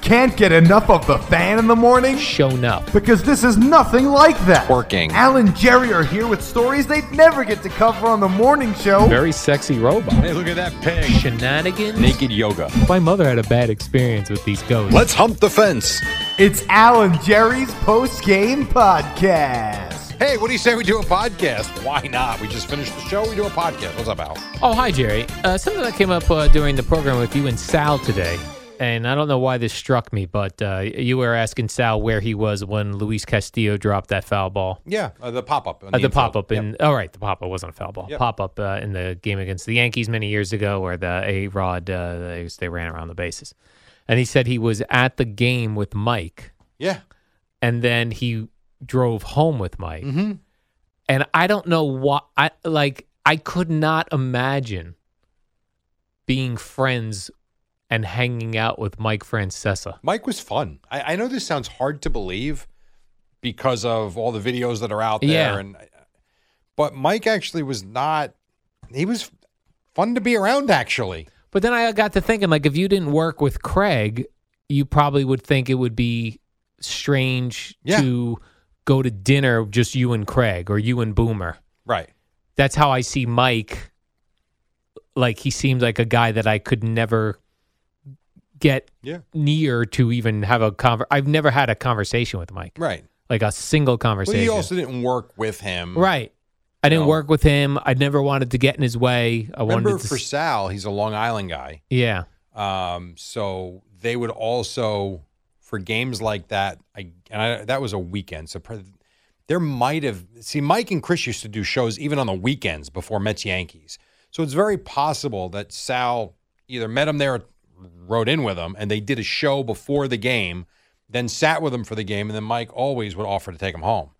Can't get enough of the fan in the morning? shown up. Because this is nothing like that. Working. Al and Jerry are here with stories they'd never get to cover on the morning show. Very sexy robot. Hey, look at that pig. Shenanigans. Naked yoga. My mother had a bad experience with these ghosts. Let's hump the fence. It's Al and Jerry's post game podcast. Hey, what do you say we do a podcast? Why not? We just finished the show. We do a podcast. What's up, Al? Oh, hi, Jerry. Uh, something that came up uh, during the program with you and Sal today, and I don't know why this struck me, but uh, you were asking Sal where he was when Luis Castillo dropped that foul ball. Yeah, uh, the pop up. Uh, the pop up in all right, the pop up wasn't a foul ball. Pop up uh, in the game against the Yankees many years ago, where the A Rod uh, they, they ran around the bases, and he said he was at the game with Mike, Yeah. and then he drove home with Mike. And I don't know why. I like I could not imagine being friends and hanging out with Mike Francesa. Mike was fun. I, I know this sounds hard to believe because of all the videos that are out there, Yeah. and but Mike actually was not. He was fun to be around. Actually, But then I got to thinking, like, if you didn't work with Craig, you probably would think it would be strange Yeah. to go to dinner just you and Craig or you and Boomer. right? that's how I see Mike. Like he seemed like a guy that I could never get Yeah. near to even have a conver. I've never had a conversation with Mike, Right. like a single But conversation. he also didn't work with him. right. I didn't No. work with him. I never wanted to get in his way. I Remember, wanted to. for s- Sal, he's a Long Island guy. yeah. Um, so they would also for games like that. I and I, that was a weekend. So pre- there might have see Mike and Chris used to do shows even on the weekends before Mets Yankees. So it's very possible that Sal either met him there, or rode in with him, and they did a show before the game, then sat with him for the game, and then Mike always would offer to take him home.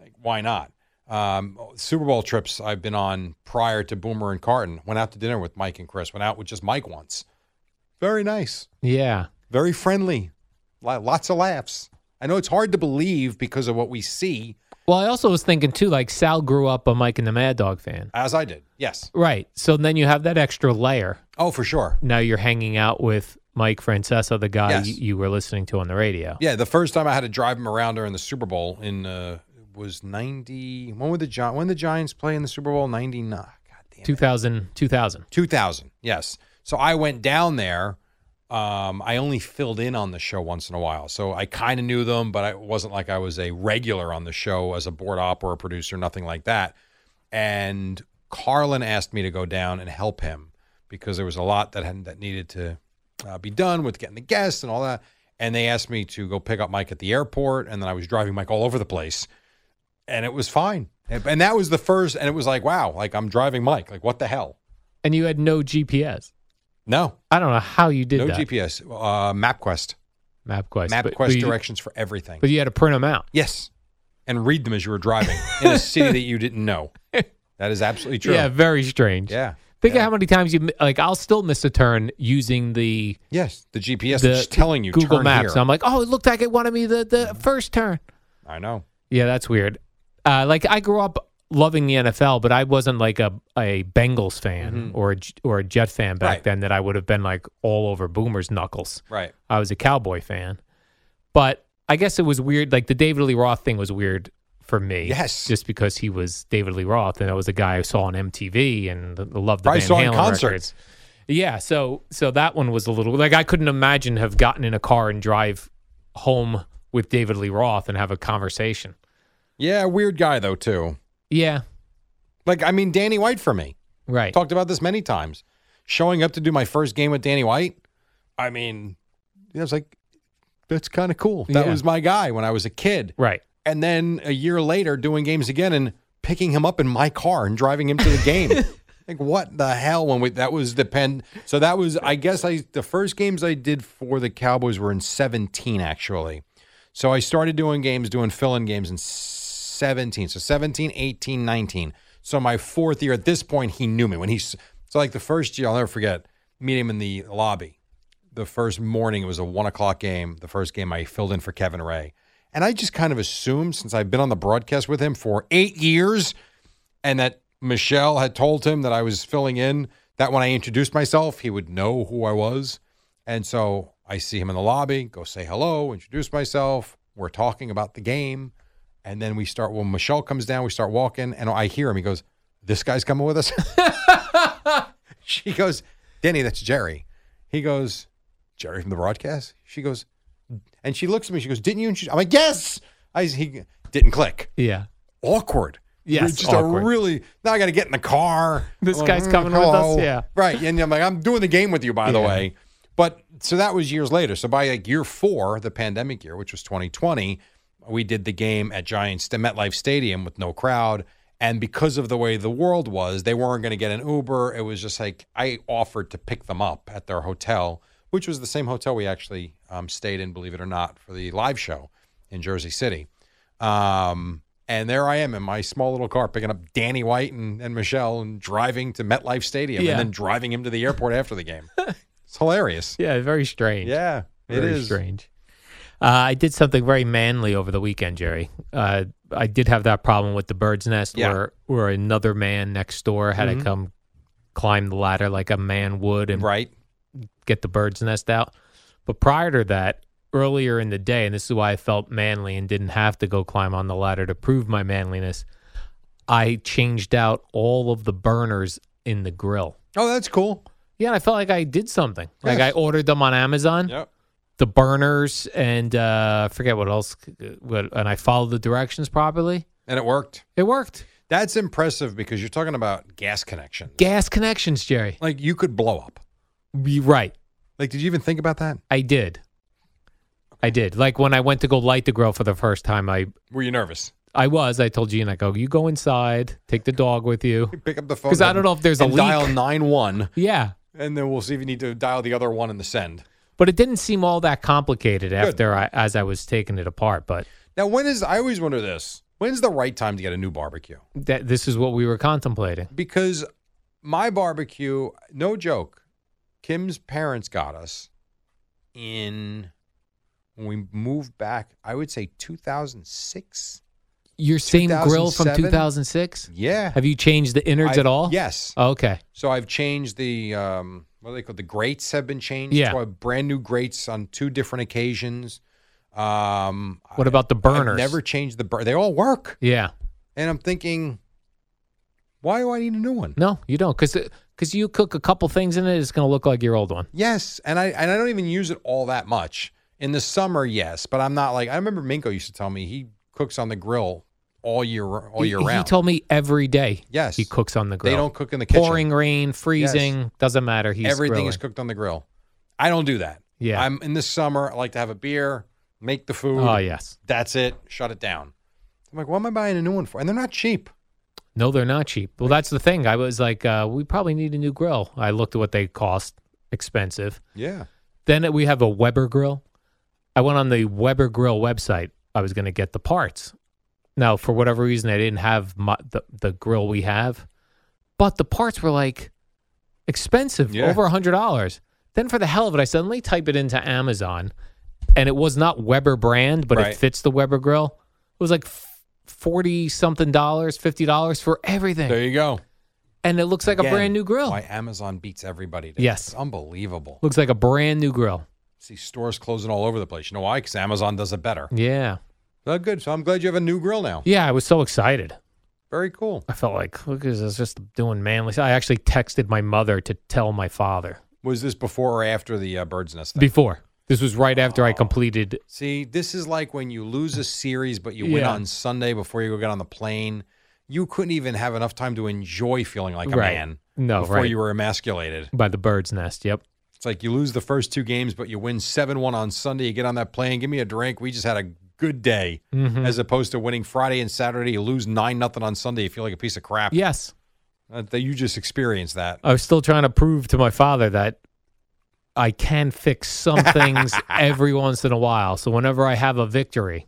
Like why not? Um, Super Bowl trips I've been on prior to Boomer and Carton went out to dinner with Mike and Chris. Went out with just Mike once. Very nice. Yeah. Very friendly. Li- Lots of laughs. I know it's hard to believe because of what we see, Well, I also was thinking too, like Sal grew up a Mike and the Mad Dog fan. as I did. Yes. Right. So then you have that extra layer. Oh, for sure. Now you're hanging out with Mike Francesa, the guy Yes. you, you were listening to on the radio. Yeah, the first time I had to drive him around during the Super Bowl in uh, was ninety. When were the Gi- when the Giants play in the Super Bowl? Ninety nine. God damn. 2000, 2000. Two thousand. Yes. So I went down there. Um, I only filled in on the show once in a while, so I kind of knew them, but I it wasn't like I was a regular on the show as a board op or a producer, nothing like that. and Carlin asked me to go down and help him because there was a lot that hadn't, that needed to uh, be done with getting the guests and all that. And they asked me to go pick up Mike at the airport, and then I was driving Mike all over the place, and it was fine. And, and that was the first, and it was like, wow, like I'm driving Mike, like what the hell? and you had no GPS. No, I don't know how you did no that. GPS, uh, MapQuest, MapQuest. but- but MapQuest you- directions for everything. But you had to print them out. yes, and read them as you were driving in a city that you didn't know. That is absolutely true. Yeah, very strange. yeah. Think of how many times you mi- like. I'll still miss a turn using the Yes, the GPS the is just telling you Google turn Maps. Here. I'm like, oh, it looked like it wanted me the the first turn. I know. Yeah, that's weird. Uh, like I grew up loving the NFL, but I wasn't like a a Bengals fan or a, J- or a Jet fan back Mm-hmm. Right. then that I would have been like all over Boomer's knuckles. Right. I was a Cowboy fan, but I guess it was weird. Like the David Lee Roth thing was weird for me. Yes. just because he was David Lee Roth, and I was a guy I saw on MTV and th- loved the Probably Van saw in Halen concerts. records. Yeah, so so that one was a little like I couldn't imagine have gotten in a car and drive home with David Lee Roth and have a conversation. Yeah, weird guy though too. Yeah, Like I mean Danny White for me. right. Talked about this many times. showing up to do my first game with Danny White, I mean, I was like, that's kind of cool. That Yeah. was my guy when I was a kid. Right. And then a year later, doing games again and picking him up in my car and driving him to the game. like, what the hell? When we, that was depend. So that was, I guess, I the first games I did for the Cowboys were in 17, actually. So I started doing games, doing fill in games in 17. So 17, 18, 19. So my fourth year, at this point, he knew me. When he's, so like the first year, I'll never forget, meet him in the lobby the first morning, it was a one o'clock game, the first game I filled in for Kevin Ray. And I just kind of assumed, since I've been on the broadcast with him for eight years, and that Michelle had told him that I was filling in, that when I introduced myself, he would know who I was. And so I see him in the lobby, go say hello, introduce myself. We're talking about the game. And then we start, when Michelle comes down, we start walking, and I hear him. He goes, This guy's coming with us. she goes, Denny, that's Jerry. He goes, Jerry from the broadcast? She goes, and she looks at me. She goes, "Didn't you?" And she, I'm like, "Yes." I he didn't click. Yeah. Awkward. Yes, just awkward. a really. Now I got to get in the car. This I'm guy's coming with us? Yeah. right. And I'm like, I'm doing the game with you, by the Yeah. way. But so that was years later. So by like year four, the pandemic year, which was 2020, we did the game at Giants at MetLife Stadium with no crowd. And because of the way the world was, they weren't going to get an Uber. It was just like I offered to pick them up at their hotel, which was the same hotel we actually um, stayed in, believe it or not, for the live show in Jersey City. Um, and there I am in my small little car picking up Danny White and, and Michelle and driving to MetLife Stadium Yeah. and then driving him to the airport after the game. It's hilarious. Yeah. Very strange. Yeah, it very is. strange. Uh, I did something very manly over the weekend, Jerry. Uh, I did have that problem with the bird's nest, Yeah. Mm-hmm. where where another man next door had to come climb the ladder like a man would and Right? get the bird's nest out. But prior to that, earlier in the day, and this is why I felt manly and didn't have to go climb on the ladder to prove my manliness, I changed out all of the burners in the grill. Oh, that's cool. Yeah, and I felt like I did something. Like Yes. I ordered them on Amazon, Yep. the burners, and uh, I forget what else. What, and I followed the directions properly. And it worked. It worked. That's impressive because you're talking about gas connection. Gas connections, Jerry. Like you could blow up. You're right. Like, did you even think about that? I did. I did. Like when I went to go light the grill for the first time, I Were you nervous? I was. I told Gene, I go, you go inside, take the dog with you. Pick up the phone. 'Cause I don't know if there's a and dial leak. nine one, Yeah. and then we'll see if you need to dial the other one in the send. But it didn't seem all that complicated after I, as I was taking it apart. But Now, when is? I always wonder this. When's the right time to get a new barbecue? that this is what we were contemplating. because my barbecue, no joke, Kim's parents got us in when we moved back, I would say 2006. Your same grill from 2007? 2006? Yeah. Have you changed the innards I- at all? Yes. Okay. So I've changed the um, what are they called? The grates have been changed. Yeah. to, uh, brand new grates on two different occasions. Um, What about the burners? I've never changed the bur- They all work, Yeah. and I'm thinking, why do I need a new one? No, you don't. Because you cook a couple things in it, it's going to look like your old one. Yes, and I and I don't even use it all that much in the summer. Yes, but I'm not like I remember Minko used to tell me he cooks on the grill all year all year he, round. He told me every day yes, he cooks on the grill. They don't cook in the kitchen. Pouring rain, freezing, doesn't matter. He's Everything is grilling. cooked on the grill. I don't do that. Yeah. I'm in the summer. I like to have a beer, make the food. Oh, yes. that's it. Shut it down. I'm like, what am I buying a new one for? And they're not cheap. No, they're not cheap. Well, that's the thing. I was like, uh, we probably need a new grill. I looked at what they cost, expensive. Yeah, Then we have a Weber grill. I went on the Weber grill website. I was going to get the parts. Now, for whatever reason, I didn't have my, the, the grill we have, but the parts were like expensive, Yeah. over a $100. Then, for the hell of it, I said, let me type it into Amazon. And it was not Weber brand, but Right. it fits the Weber grill. It was like 40 something dollars, $50 for everything there you go. and it looks like a Again, brand new grill. Why Amazon beats everybody? today. Yes. it's unbelievable. Looks like a brand new grill. See stores closing all over the place. You know why? Because Amazon does it better. Yeah. Oh, good. So I'm glad you have a new grill now. Yeah, I was so excited. Very cool. I felt like, look, this is just doing manly. I actually texted my mother to tell my father Was this before or after the uh, bird's nest thing? before. This was right after Oh. I completed. See, this is like when you lose a series, but you win Yeah. on Sunday before you go get on the plane. You couldn't even have enough time to enjoy feeling like a right. man. No, before right. you were emasculated. By the bird's nest. Yep. It's like you lose the first two games, but you win 7 1 on Sunday. You get on that plane, give me a drink. We just had a good day, Mhm. as opposed to winning Friday and Saturday. You lose 9 nothing on Sunday. You feel like a piece of crap. Yes. Uh, that you just experienced that. I was still trying to prove to my father that I can fix some things every once in a while. So whenever I have a victory,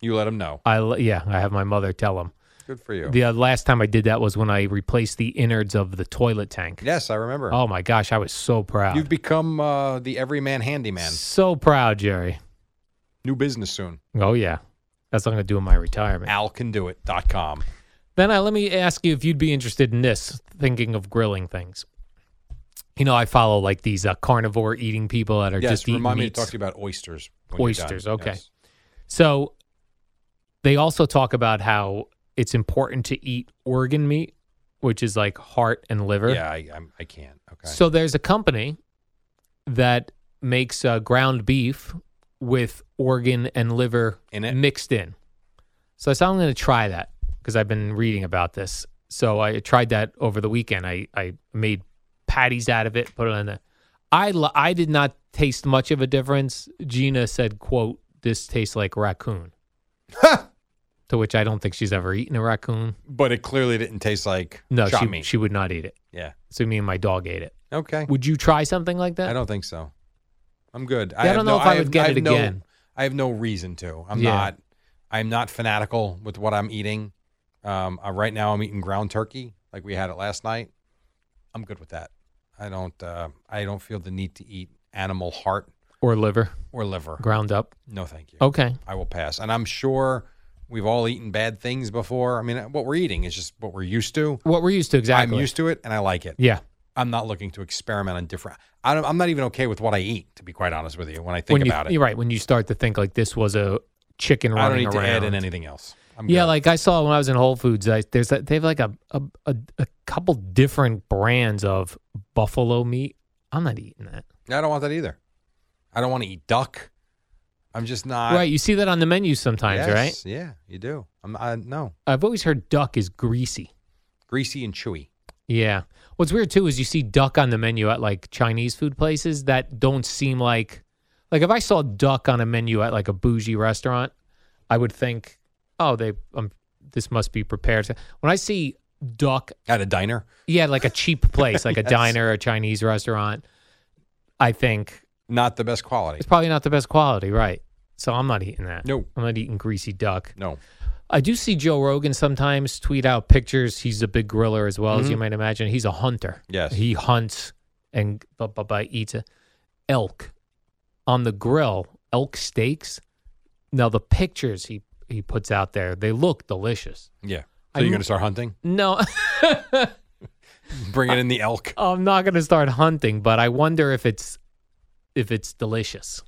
You let them know. I l- yeah, I have my mother tell him. Good for you. The uh, last time I did that was when I replaced the innards of the toilet tank. yes, I remember. Oh my gosh, I was so proud. You've become uh, the everyman handyman. So proud, Jerry. New business soon. Oh yeah. That's what I'm going to do in my retirement. AlCanDoIt.com. Then I, let me ask you if you'd be interested in this, thinking of grilling things. You know, I follow like these uh, carnivore eating people that are Yes, just eating remind me to meats. talk to you about oysters. when you're done. Oysters, okay. Yes. So they also talk about how it's important to eat organ meat, which is like heart and liver. Yeah, I, I'm, I can't. Okay. So there's a company that makes uh, ground beef with organ and liver In it? mixed in. So I said I'm going to try that because I've been reading about this. So I tried that over the weekend. I, I made patties out of it, put it on the. I lo- I did not taste much of a difference. Gina said, "quote This tastes like raccoon," to which I don't think she's ever eaten a raccoon. but it clearly didn't taste like No, shot she meat. she would not eat it. yeah. So me and my dog ate it. Okay. Would you try something like that? I don't think so. I'm good. Yeah, I have don't know no- if I have- would get have it no- again. I have no reason to. I'm Yeah. not. I'm not fanatical with what I'm eating. Um, uh, right now, I'm eating ground turkey like we had it last night. I'm good with that. I don't. Uh, I don't feel the need to eat animal heart or liver or liver. ground up. No, thank you. Okay. I will pass. And I'm sure we've all eaten bad things before. I mean, what we're eating is just what we're used to. What we're used to exactly. I'm used to it, and I like it. Yeah. I'm not looking to experiment on different. I don't, I'm not even okay with what I eat, to be quite honest with you. When I think when you, about it, You're right. When you start to think like this was a chicken I don't running need to around. add in anything else. I'm yeah, good. like I saw when I was in Whole Foods, I, there's that they have like a a, a a couple different brands of buffalo meat. I'm not eating that. I don't want that either. I don't want to eat duck. I'm just not. right, you see that on the menu sometimes, Yes, right? Yeah, you do. I'm I, no I've always heard duck is greasy. greasy and chewy. Yeah. What's weird too is you see duck on the menu at like Chinese food places that don't seem like like if I saw duck on a menu at like a bougie restaurant, I would think, "Oh, they um this must be prepared." When I see duck At a diner, Yeah, like a cheap place, like a Yes. diner, a Chinese restaurant. I think not the best quality. it's probably not the best quality, right? So I'm not eating that. No. I'm not eating greasy duck. No, I do see Joe Rogan sometimes tweet out pictures. He's a big griller as well as you might imagine. He's a hunter. Yes. He hunts and blah, blah, blah, eats a elk on the grill, elk steaks. Now, the pictures he, he puts out there, they look delicious. yeah. I So you're kn- going to start hunting? No. Bringing in the elk. I'm not going to start hunting, but I wonder if it's if it's delicious.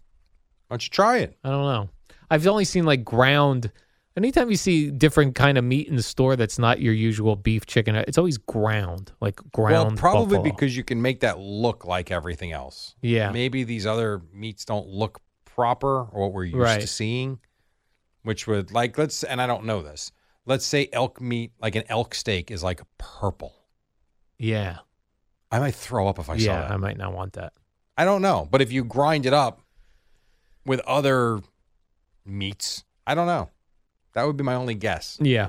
Why don't you try it? I don't know. I've only seen like ground. Anytime you see different kind of meat in the store that's not your usual beef, chicken, it's always ground, like ground. Well, probably buffalo. because you can make that look like everything else. yeah, Maybe these other meats don't look proper or what we're used to Right. seeing, which would like let's and I don't know this. Let's say elk meat, like an elk steak, is like purple. yeah, I might throw up if I saw yeah. that. I might not want that. I don't know, but if you grind it up with other meats, I don't know. That would be my only guess. Yeah,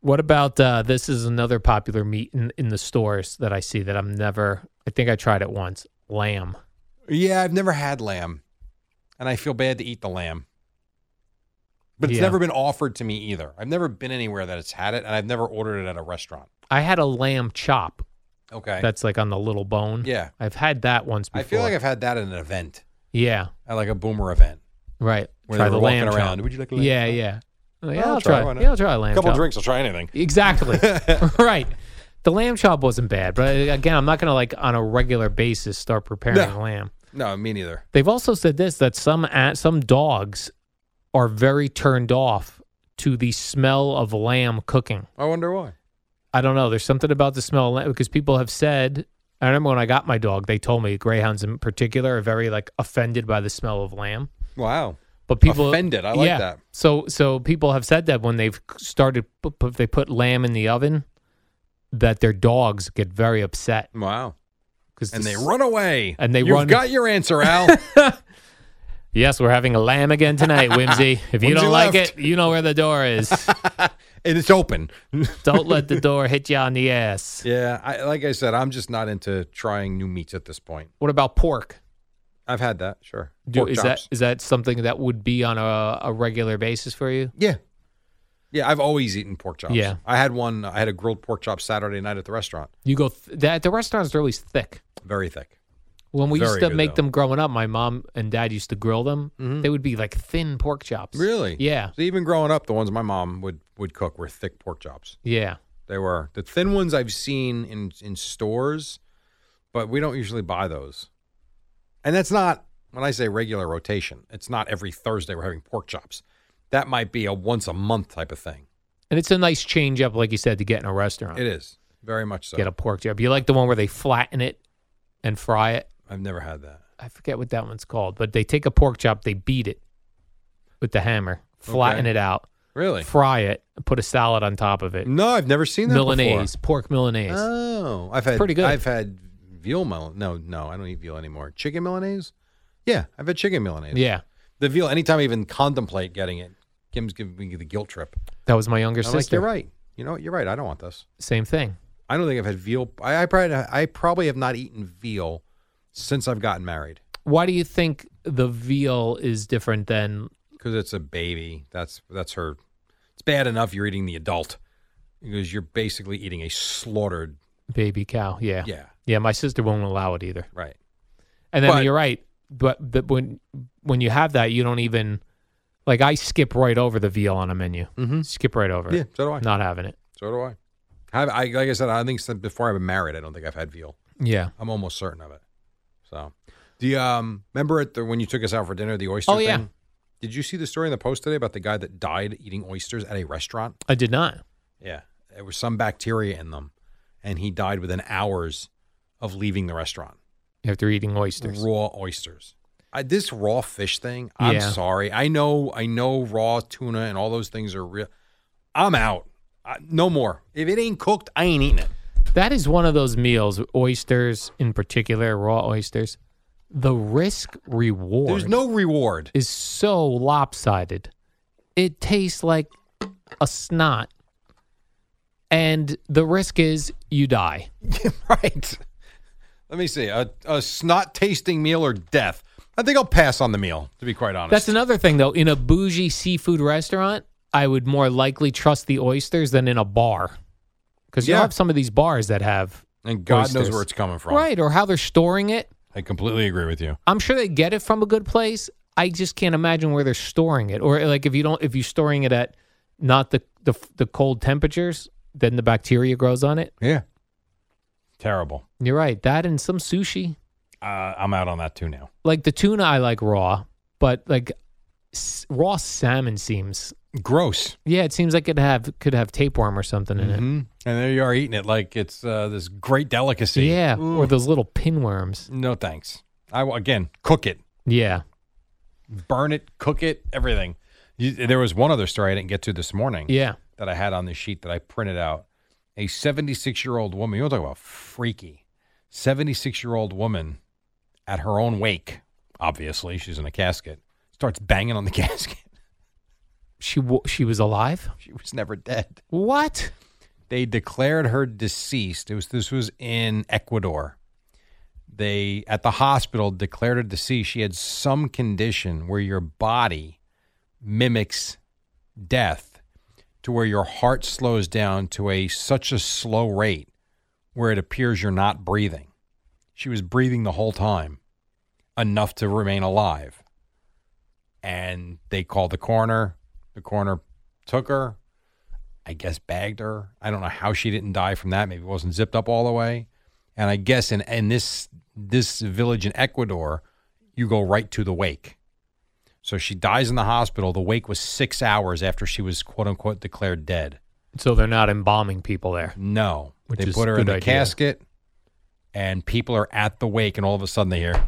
What about uh, this? Is another popular meat in, in the stores that I see that I'm never. I think I tried it once. Lamb. Yeah, I've never had lamb, and I feel bad to eat the lamb. But it's Yeah. never been offered to me either. I've never been anywhere that it's had it, and I've never ordered it at a restaurant. I had a lamb chop Okay. that's like on the little bone. Yeah. I've had that once before. I feel like I've had that at an event, Yeah, at like a boomer event. right. Where try they the were walking lamb chop. around. Would you like a lamb Yeah, chop? yeah. Like, Well, yeah, I'll I'll try try. one. yeah, I'll try a lamb couple chop. drinks, I'll try anything. Exactly. right. The lamb chop wasn't bad, but again, I'm not going to like on a regular basis start preparing No. a lamb. No, me neither. They've also said this that some a- some dogs are very turned off to the smell of lamb cooking. I wonder why. I don't know. There's something about the smell of lamb because people have said. I remember when I got my dog, they told me greyhounds in particular are very like offended by the smell of lamb. Wow. But people Offended. I like yeah. that. So so people have said that when they've started, pu- pu- they put lamb in the oven, that their dogs get very upset Wow. because And they run away. And they You've run- got your answer, Al. Yes, we're having a lamb again tonight, Whimsy. If you Whimsy don't like left. it, you know where the door is. and it's open. don't let the door hit you on the ass. Yeah. I, like I said, I'm just not into trying new meats at this point. What about pork? I've had that, sure. Do- Pork is chops. that is that something that would be on a, a regular basis for you? Yeah. Yeah, I've always eaten pork chops. Yeah. I had one, I had a grilled pork chop Saturday night at the restaurant. You go th- that the restaurants are always thick. Very thick. When we used Very to good, make though. Mm-hmm. them growing up, my mom and dad used to grill them. They would be like thin pork chops. Really? Yeah. So even growing up, the ones my mom would would cook were thick pork chops. Yeah. They were the thin ones I've seen in in stores, but we don't usually buy those. And that's not when I say regular rotation. It's not every Thursday we're having pork chops. That might be a once a month type of thing. And it's a nice change up, like you said, to get in a restaurant. It is very much so. Get a pork chop. You like the one where they flatten it and fry it? I've never had that. I forget what that one's called, but they take a pork chop, they beat it with the hammer, flatten Okay. it out, Really? fry it, and put a salad on top of it. No, I've never seen that Milanese, before. pork Milanese. Oh, I've had pretty good. I've had veal mil. No, no, I don't eat veal anymore. Chicken Milanese. Yeah, I've had chicken Milanese. yeah. the veal. Anytime I even contemplate getting it, Kim's giving me the guilt trip. That was my younger I'm sister. like, you're right. You know what? You're right. I don't want this. Same thing. I don't think I've had veal. I, I probably I probably have not eaten veal since I've gotten married Why do you think the veal is different than because it's a baby. That's that's her. It's bad enough you're eating the adult because you're basically eating a slaughtered. baby cow? Yeah. Yeah, Yeah, my sister won't allow it either. right. And then But- you're right. But the, when when you have that, you don't even like I skip right over the veal on a menu. Mhm. Skip right over. Yeah, it. so do I. Not having it. So do I. Have, I like I said, I think since before I've been married, I don't think I've had veal. Yeah. I'm almost certain of it. So, the um, remember at the, when you took us out for dinner, the oyster Oh, thing. yeah. Did you see the story in the post today about the guy that died eating oysters at a restaurant? I did not. Yeah, there was some bacteria in them, and he died within hours of leaving the restaurant. After eating oysters. Raw oysters. I, this raw fish thing. I'm Yeah. sorry. I know. I know raw tuna and all those things are real. I'm out. I, no more. If it ain't cooked, I ain't eating it. That is one of those meals, oysters in particular, raw oysters. The risk reward There's no reward. is so lopsided. It tastes like a snot. And the risk is you die. right. Let me see. A, a snot tasting meal or death. I think I'll pass on the meal, to be quite honest. That's another thing, though. In a bougie seafood restaurant, I would more likely trust the oysters than in a bar. Because Yeah. you have some of these bars that have, and God knows Oysters. where it's coming from. right, or how they're storing it. I completely agree with you. I'm sure they get it from a good place. I just can't imagine where they're storing it, or like if you don't, if you're storing it at not the the, the cold temperatures, then the bacteria grows on it. Yeah. Terrible. You're right. That and some sushi, Uh, I'm out on that too now. like the tuna, I like raw, but like s- raw salmon seems, Gross. yeah, it seems like it have could have tapeworm or something in it. hmm And there you are eating it like it's uh, this great delicacy. Yeah, Ooh. or those little pinworms. No thanks. I will- again cook it, Yeah, burn it, cook it, everything. You, there was one other story I didn't get to this morning. yeah. that I had on this sheet that I printed out. A 76 year old woman, you want to talk about freaky. 76 year old woman at her own wake, obviously, she's in a casket, starts banging on the casket. She wa she was alive. She was never dead. What? They declared her deceased. It was this was in Ecuador. They at the hospital declared her deceased. She had some condition where your body mimics death to where your heart slows down to a such a slow rate where it appears you're not breathing. She was breathing the whole time enough to remain alive. And they called the coroner. The coroner took her I guess, bagged her. I don't know how she didn't die from that. Maybe it wasn't zipped up all the way. And I guess in, in this this village in Ecuador, you go right to the wake. So she dies in the hospital. The wake was six hours after she was quote unquote declared dead. So they're not embalming people there. No, Which they is put her in good the idea. casket, and people are at the wake, and all of a sudden they hear,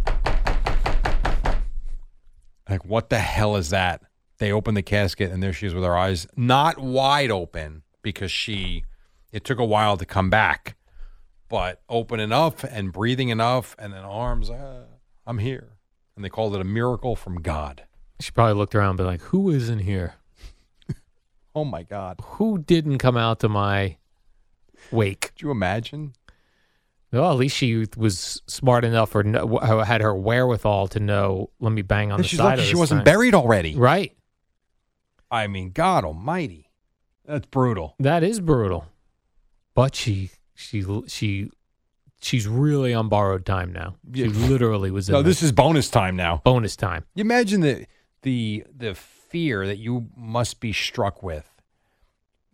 like, what the hell is that? They open the casket, and there she is with her eyes not wide open because she, it took a while to come back, but open enough and breathing enough, and then arms, ah, I'm here, and they called it a miracle from God. She probably looked around and be like, who is in here? Oh my God! Who didn't come out to my wake? Could you imagine? Well, at least she was smart enough or no, or had her wherewithal to know, let me bang on And the she's side lucky of she this wasn't thing. buried already. Right. I mean, God Almighty, that's brutal. That is brutal. But she she she she's really on borrowed time now. She Yeah. literally was in No, this the is bonus time now. bonus time. You imagine the the the fear that you must be struck with.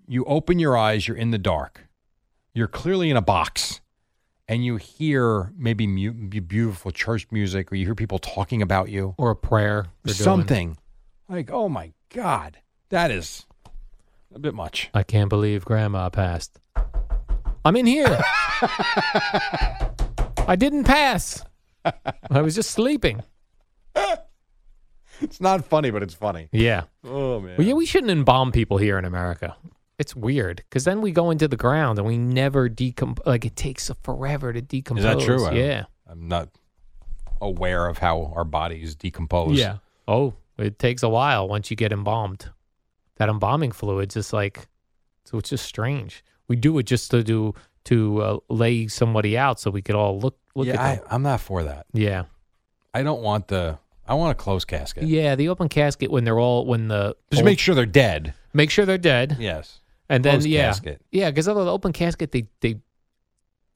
You open your eyes, you're in the dark, you're clearly in a box, and you hear maybe mu- be- beautiful church music, or you hear people talking about you, Or a prayer. they're doing. something like, "Oh my God, that is a bit much." I can't believe grandma passed. I'm in here. I didn't pass. I was just sleeping. It's not funny, but it's funny. Yeah. Oh man, Well, yeah, we shouldn't embalm people here in America. It's weird because then we go into the ground and we never decompose. Like it takes forever to decompose. is that true? I don't- Yeah. I'm not aware of how our bodies decompose. Yeah. Oh, it takes a while once you get embalmed. That embalming fluid's just like, so it's just strange. We do it just to do to uh, lay somebody out so we could all look look yeah, at I, them. I'm not for that. Yeah. I don't want the. I want a closed casket. Yeah, the open casket when they're all when the Just old- make sure they're dead. make sure they're dead, Yes. and then closed yeah, casket. yeah, because although the open casket they they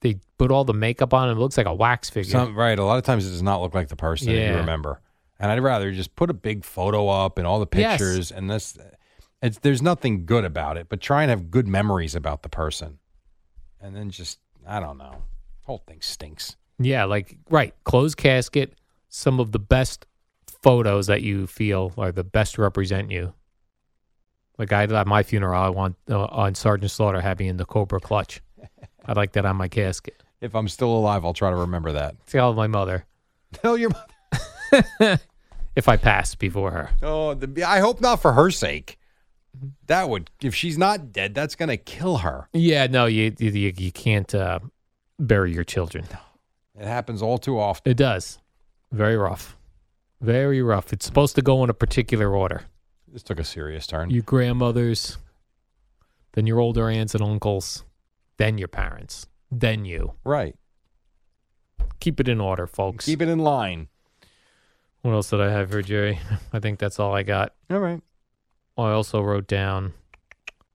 they put all the makeup on and it looks like a wax figure. Some, right. A lot of times it does not look like the person that you Yeah. remember. And I'd rather just put a big photo up and all the Yes. pictures and this. It's, there's nothing good about it, but try and have good memories about the person. And then just, I don't know. whole thing stinks. Yeah, like right, closed casket. Some of the best photos that you feel are the best represent you. Like I at my funeral, I want uh, on Sergeant Slaughter happy in the Cobra clutch. I like that on my casket. If I'm still alive, I'll try to remember that. Tell my mother Tell your mother. if I pass before her. Oh, the, I hope not for her sake. That would, if she's not dead, that's going to kill her. Yeah, no, you you, you- you can't uh, bury your children. It happens all too often. It does. Very rough. Very rough. It's supposed to go in a particular order. This took a serious turn. Your grandmothers, then your older aunts and uncles, then your parents, then you. right. Keep it in order, folks. Keep it in line. What else did I have for Jerry? I think that's all I got. All right. Oh, I also wrote down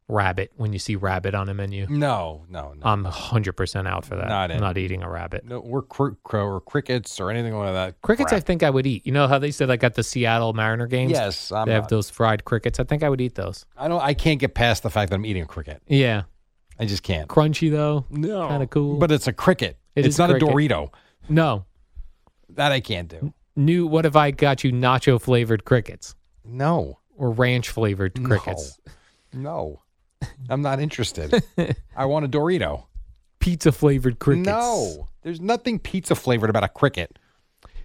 rabbit when you see rabbit on a menu. No, no, no. I'm 100% out for that. Mm. Not I'm in. not eating a rabbit. no we're cr- crow or crickets or anything like that. Crickets, I crap. think I would eat. You know how they said I got the Seattle Mariner games? Yes, I'm they have not- those fried crickets. I think I would eat those. I don't. I can't get past the fact that I'm eating a cricket. Yeah. I just can't. Crunchy, though. No, Kinda cool. But it's a cricket. It it's is not cricket. a Dorito. No. That I can't do. New, what if I got you nacho flavored crickets No, or ranch flavored No. crickets? no, I'm not interested. I want a Dorito. Pizza flavored crickets. No, there's nothing pizza flavored about a cricket.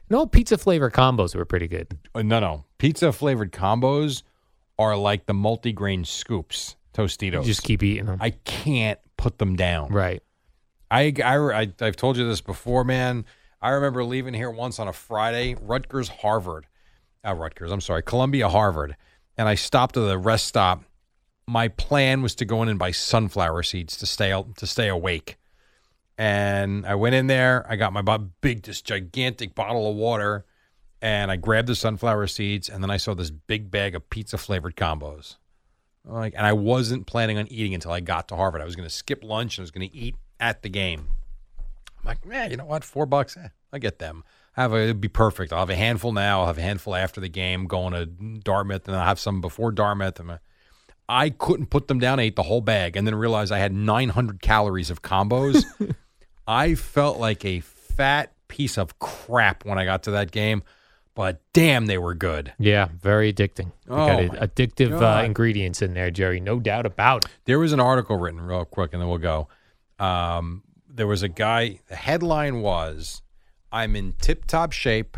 No, pizza flavor combos were pretty good. Uh, no, no, pizza flavored combos are like the multigrain scoops, You Tostitos. just keep eating them. I can't put them down. right. I, I, I, have told you this before, man. I remember leaving here once on a Friday, Rutgers, Harvard. Uh, Rutgers, I'm sorry, Columbia, Harvard. And I stopped at the rest stop. My plan was to go in and buy sunflower seeds to stay to stay awake. And I went in there. I got my bo- big, this gigantic bottle of water, and I grabbed the sunflower seeds. And then I saw this big bag of pizza flavored combos. Like, and I wasn't planning on eating until I got to Harvard. I was going to skip lunch and I was going to eat at the game. I'm like, man, you know what? Four bucks, eh, I get them. I have a, it'd be perfect. I'll have a handful now. I'll have a handful after the game, going to Dartmouth, and I'll have some before Dartmouth. And I- I couldn't put them down. I ate the whole bag and then realized I had 900 calories of combos. I felt like a fat piece of crap when I got to that game, but damn, they were good. Yeah, very addicting. You got Oh, it- my addictive uh, God. ingredients in there, Jerry. No doubt about it. There was an article written real quick, and then we'll go. Um, there was a guy. The headline was, "I'm in tip-top shape.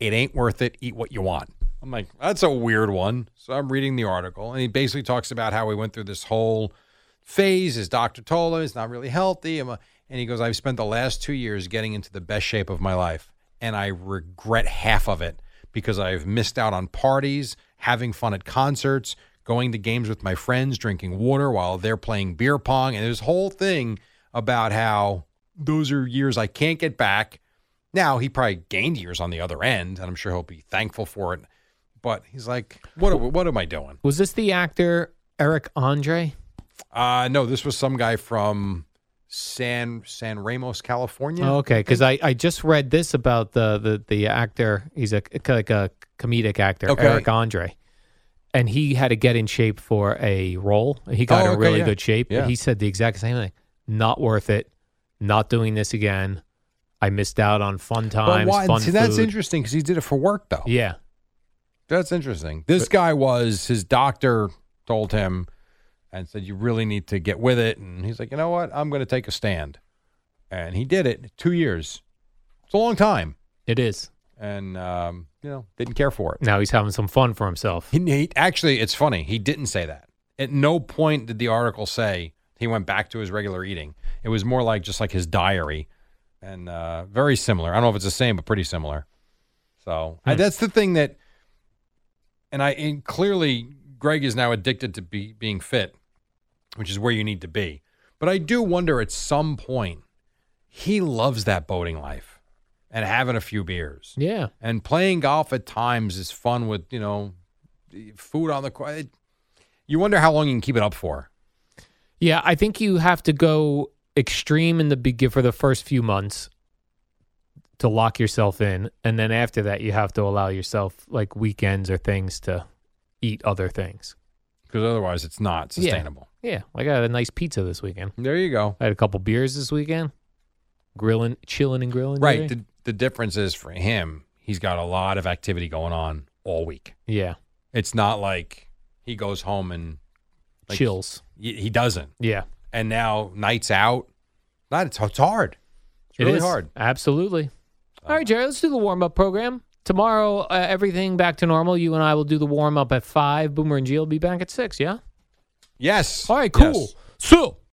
It ain't worth it. Eat what you want." I'm like, that's a weird one. So I'm reading the article, and he basically talks about how he went through this whole phase. His doctor told him it's not really healthy, I'm a- and he goes, "I've spent the last two years getting into the best shape of my life, and I regret half of it because I've missed out on parties, having fun at concerts." going to games with my friends, drinking water while they're playing beer pong, and this whole thing about how those are years I can't get back. Now he probably gained years on the other end, and I'm sure he'll be thankful for it. But he's like, "What? What am I doing?" Was this the actor Eric Andre? Uh no, this was some guy from San San Ramos, California. Oh, okay, because I, I just read this about the the, the actor. He's a like a comedic actor, Okay. Eric Andre, and he had to get in shape for a role. He got Oh, in okay, really yeah. good shape. Yeah. He said the exact same thing. Not worth it. Not doing this again. I missed out on fun but times. why? fun See, that's food." interesting because he did it for work, though. Yeah, That's interesting. This guy was his doctor told him and said you really need to get with it and he's like, "You know what? I'm going to take a stand." And he did it. 2 years. It's a long time it is. and um, you know, didn't care for it. Now he's having some fun for himself. He, he actually it's funny. He didn't say that. At no point did the article say he went back to his regular eating. It was more like just like his diary and uh, very similar. I don't know if it's the same, but pretty similar. So I, Hmm. that's the thing that, and I and clearly Greg is now addicted to be being fit, which is where you need to be. But I do wonder at some point he loves that boating life and having a few beers Yeah, and playing golf at times is fun with you know food on the court. It- You wonder how long you can keep it up for. yeah. I think you have to go extreme in the begin for the first few months to lock yourself in, and then after that, you have to allow yourself like weekends or things to eat other things. because otherwise it's not Yeah. sustainable. Yeah, I got a nice pizza this weekend. There you go. I had a couple beers this weekend, grilling, chilling, and grilling. Right. Jerry. The, the difference is for him, he's got a lot of activity going on all week. yeah, It's not like he goes home and Like- chills. y- he doesn't. Yeah, And now nights out, not it's, it's hard. It's It really is. hard. Uh, Absolutely. All right, Jerry, let's do the warm up program. Tomorrow, uh, everything back to normal. You and I will do the warm up at five. Boomer and G will be back at six. Yeah. Yes. All right, Yes. cool. So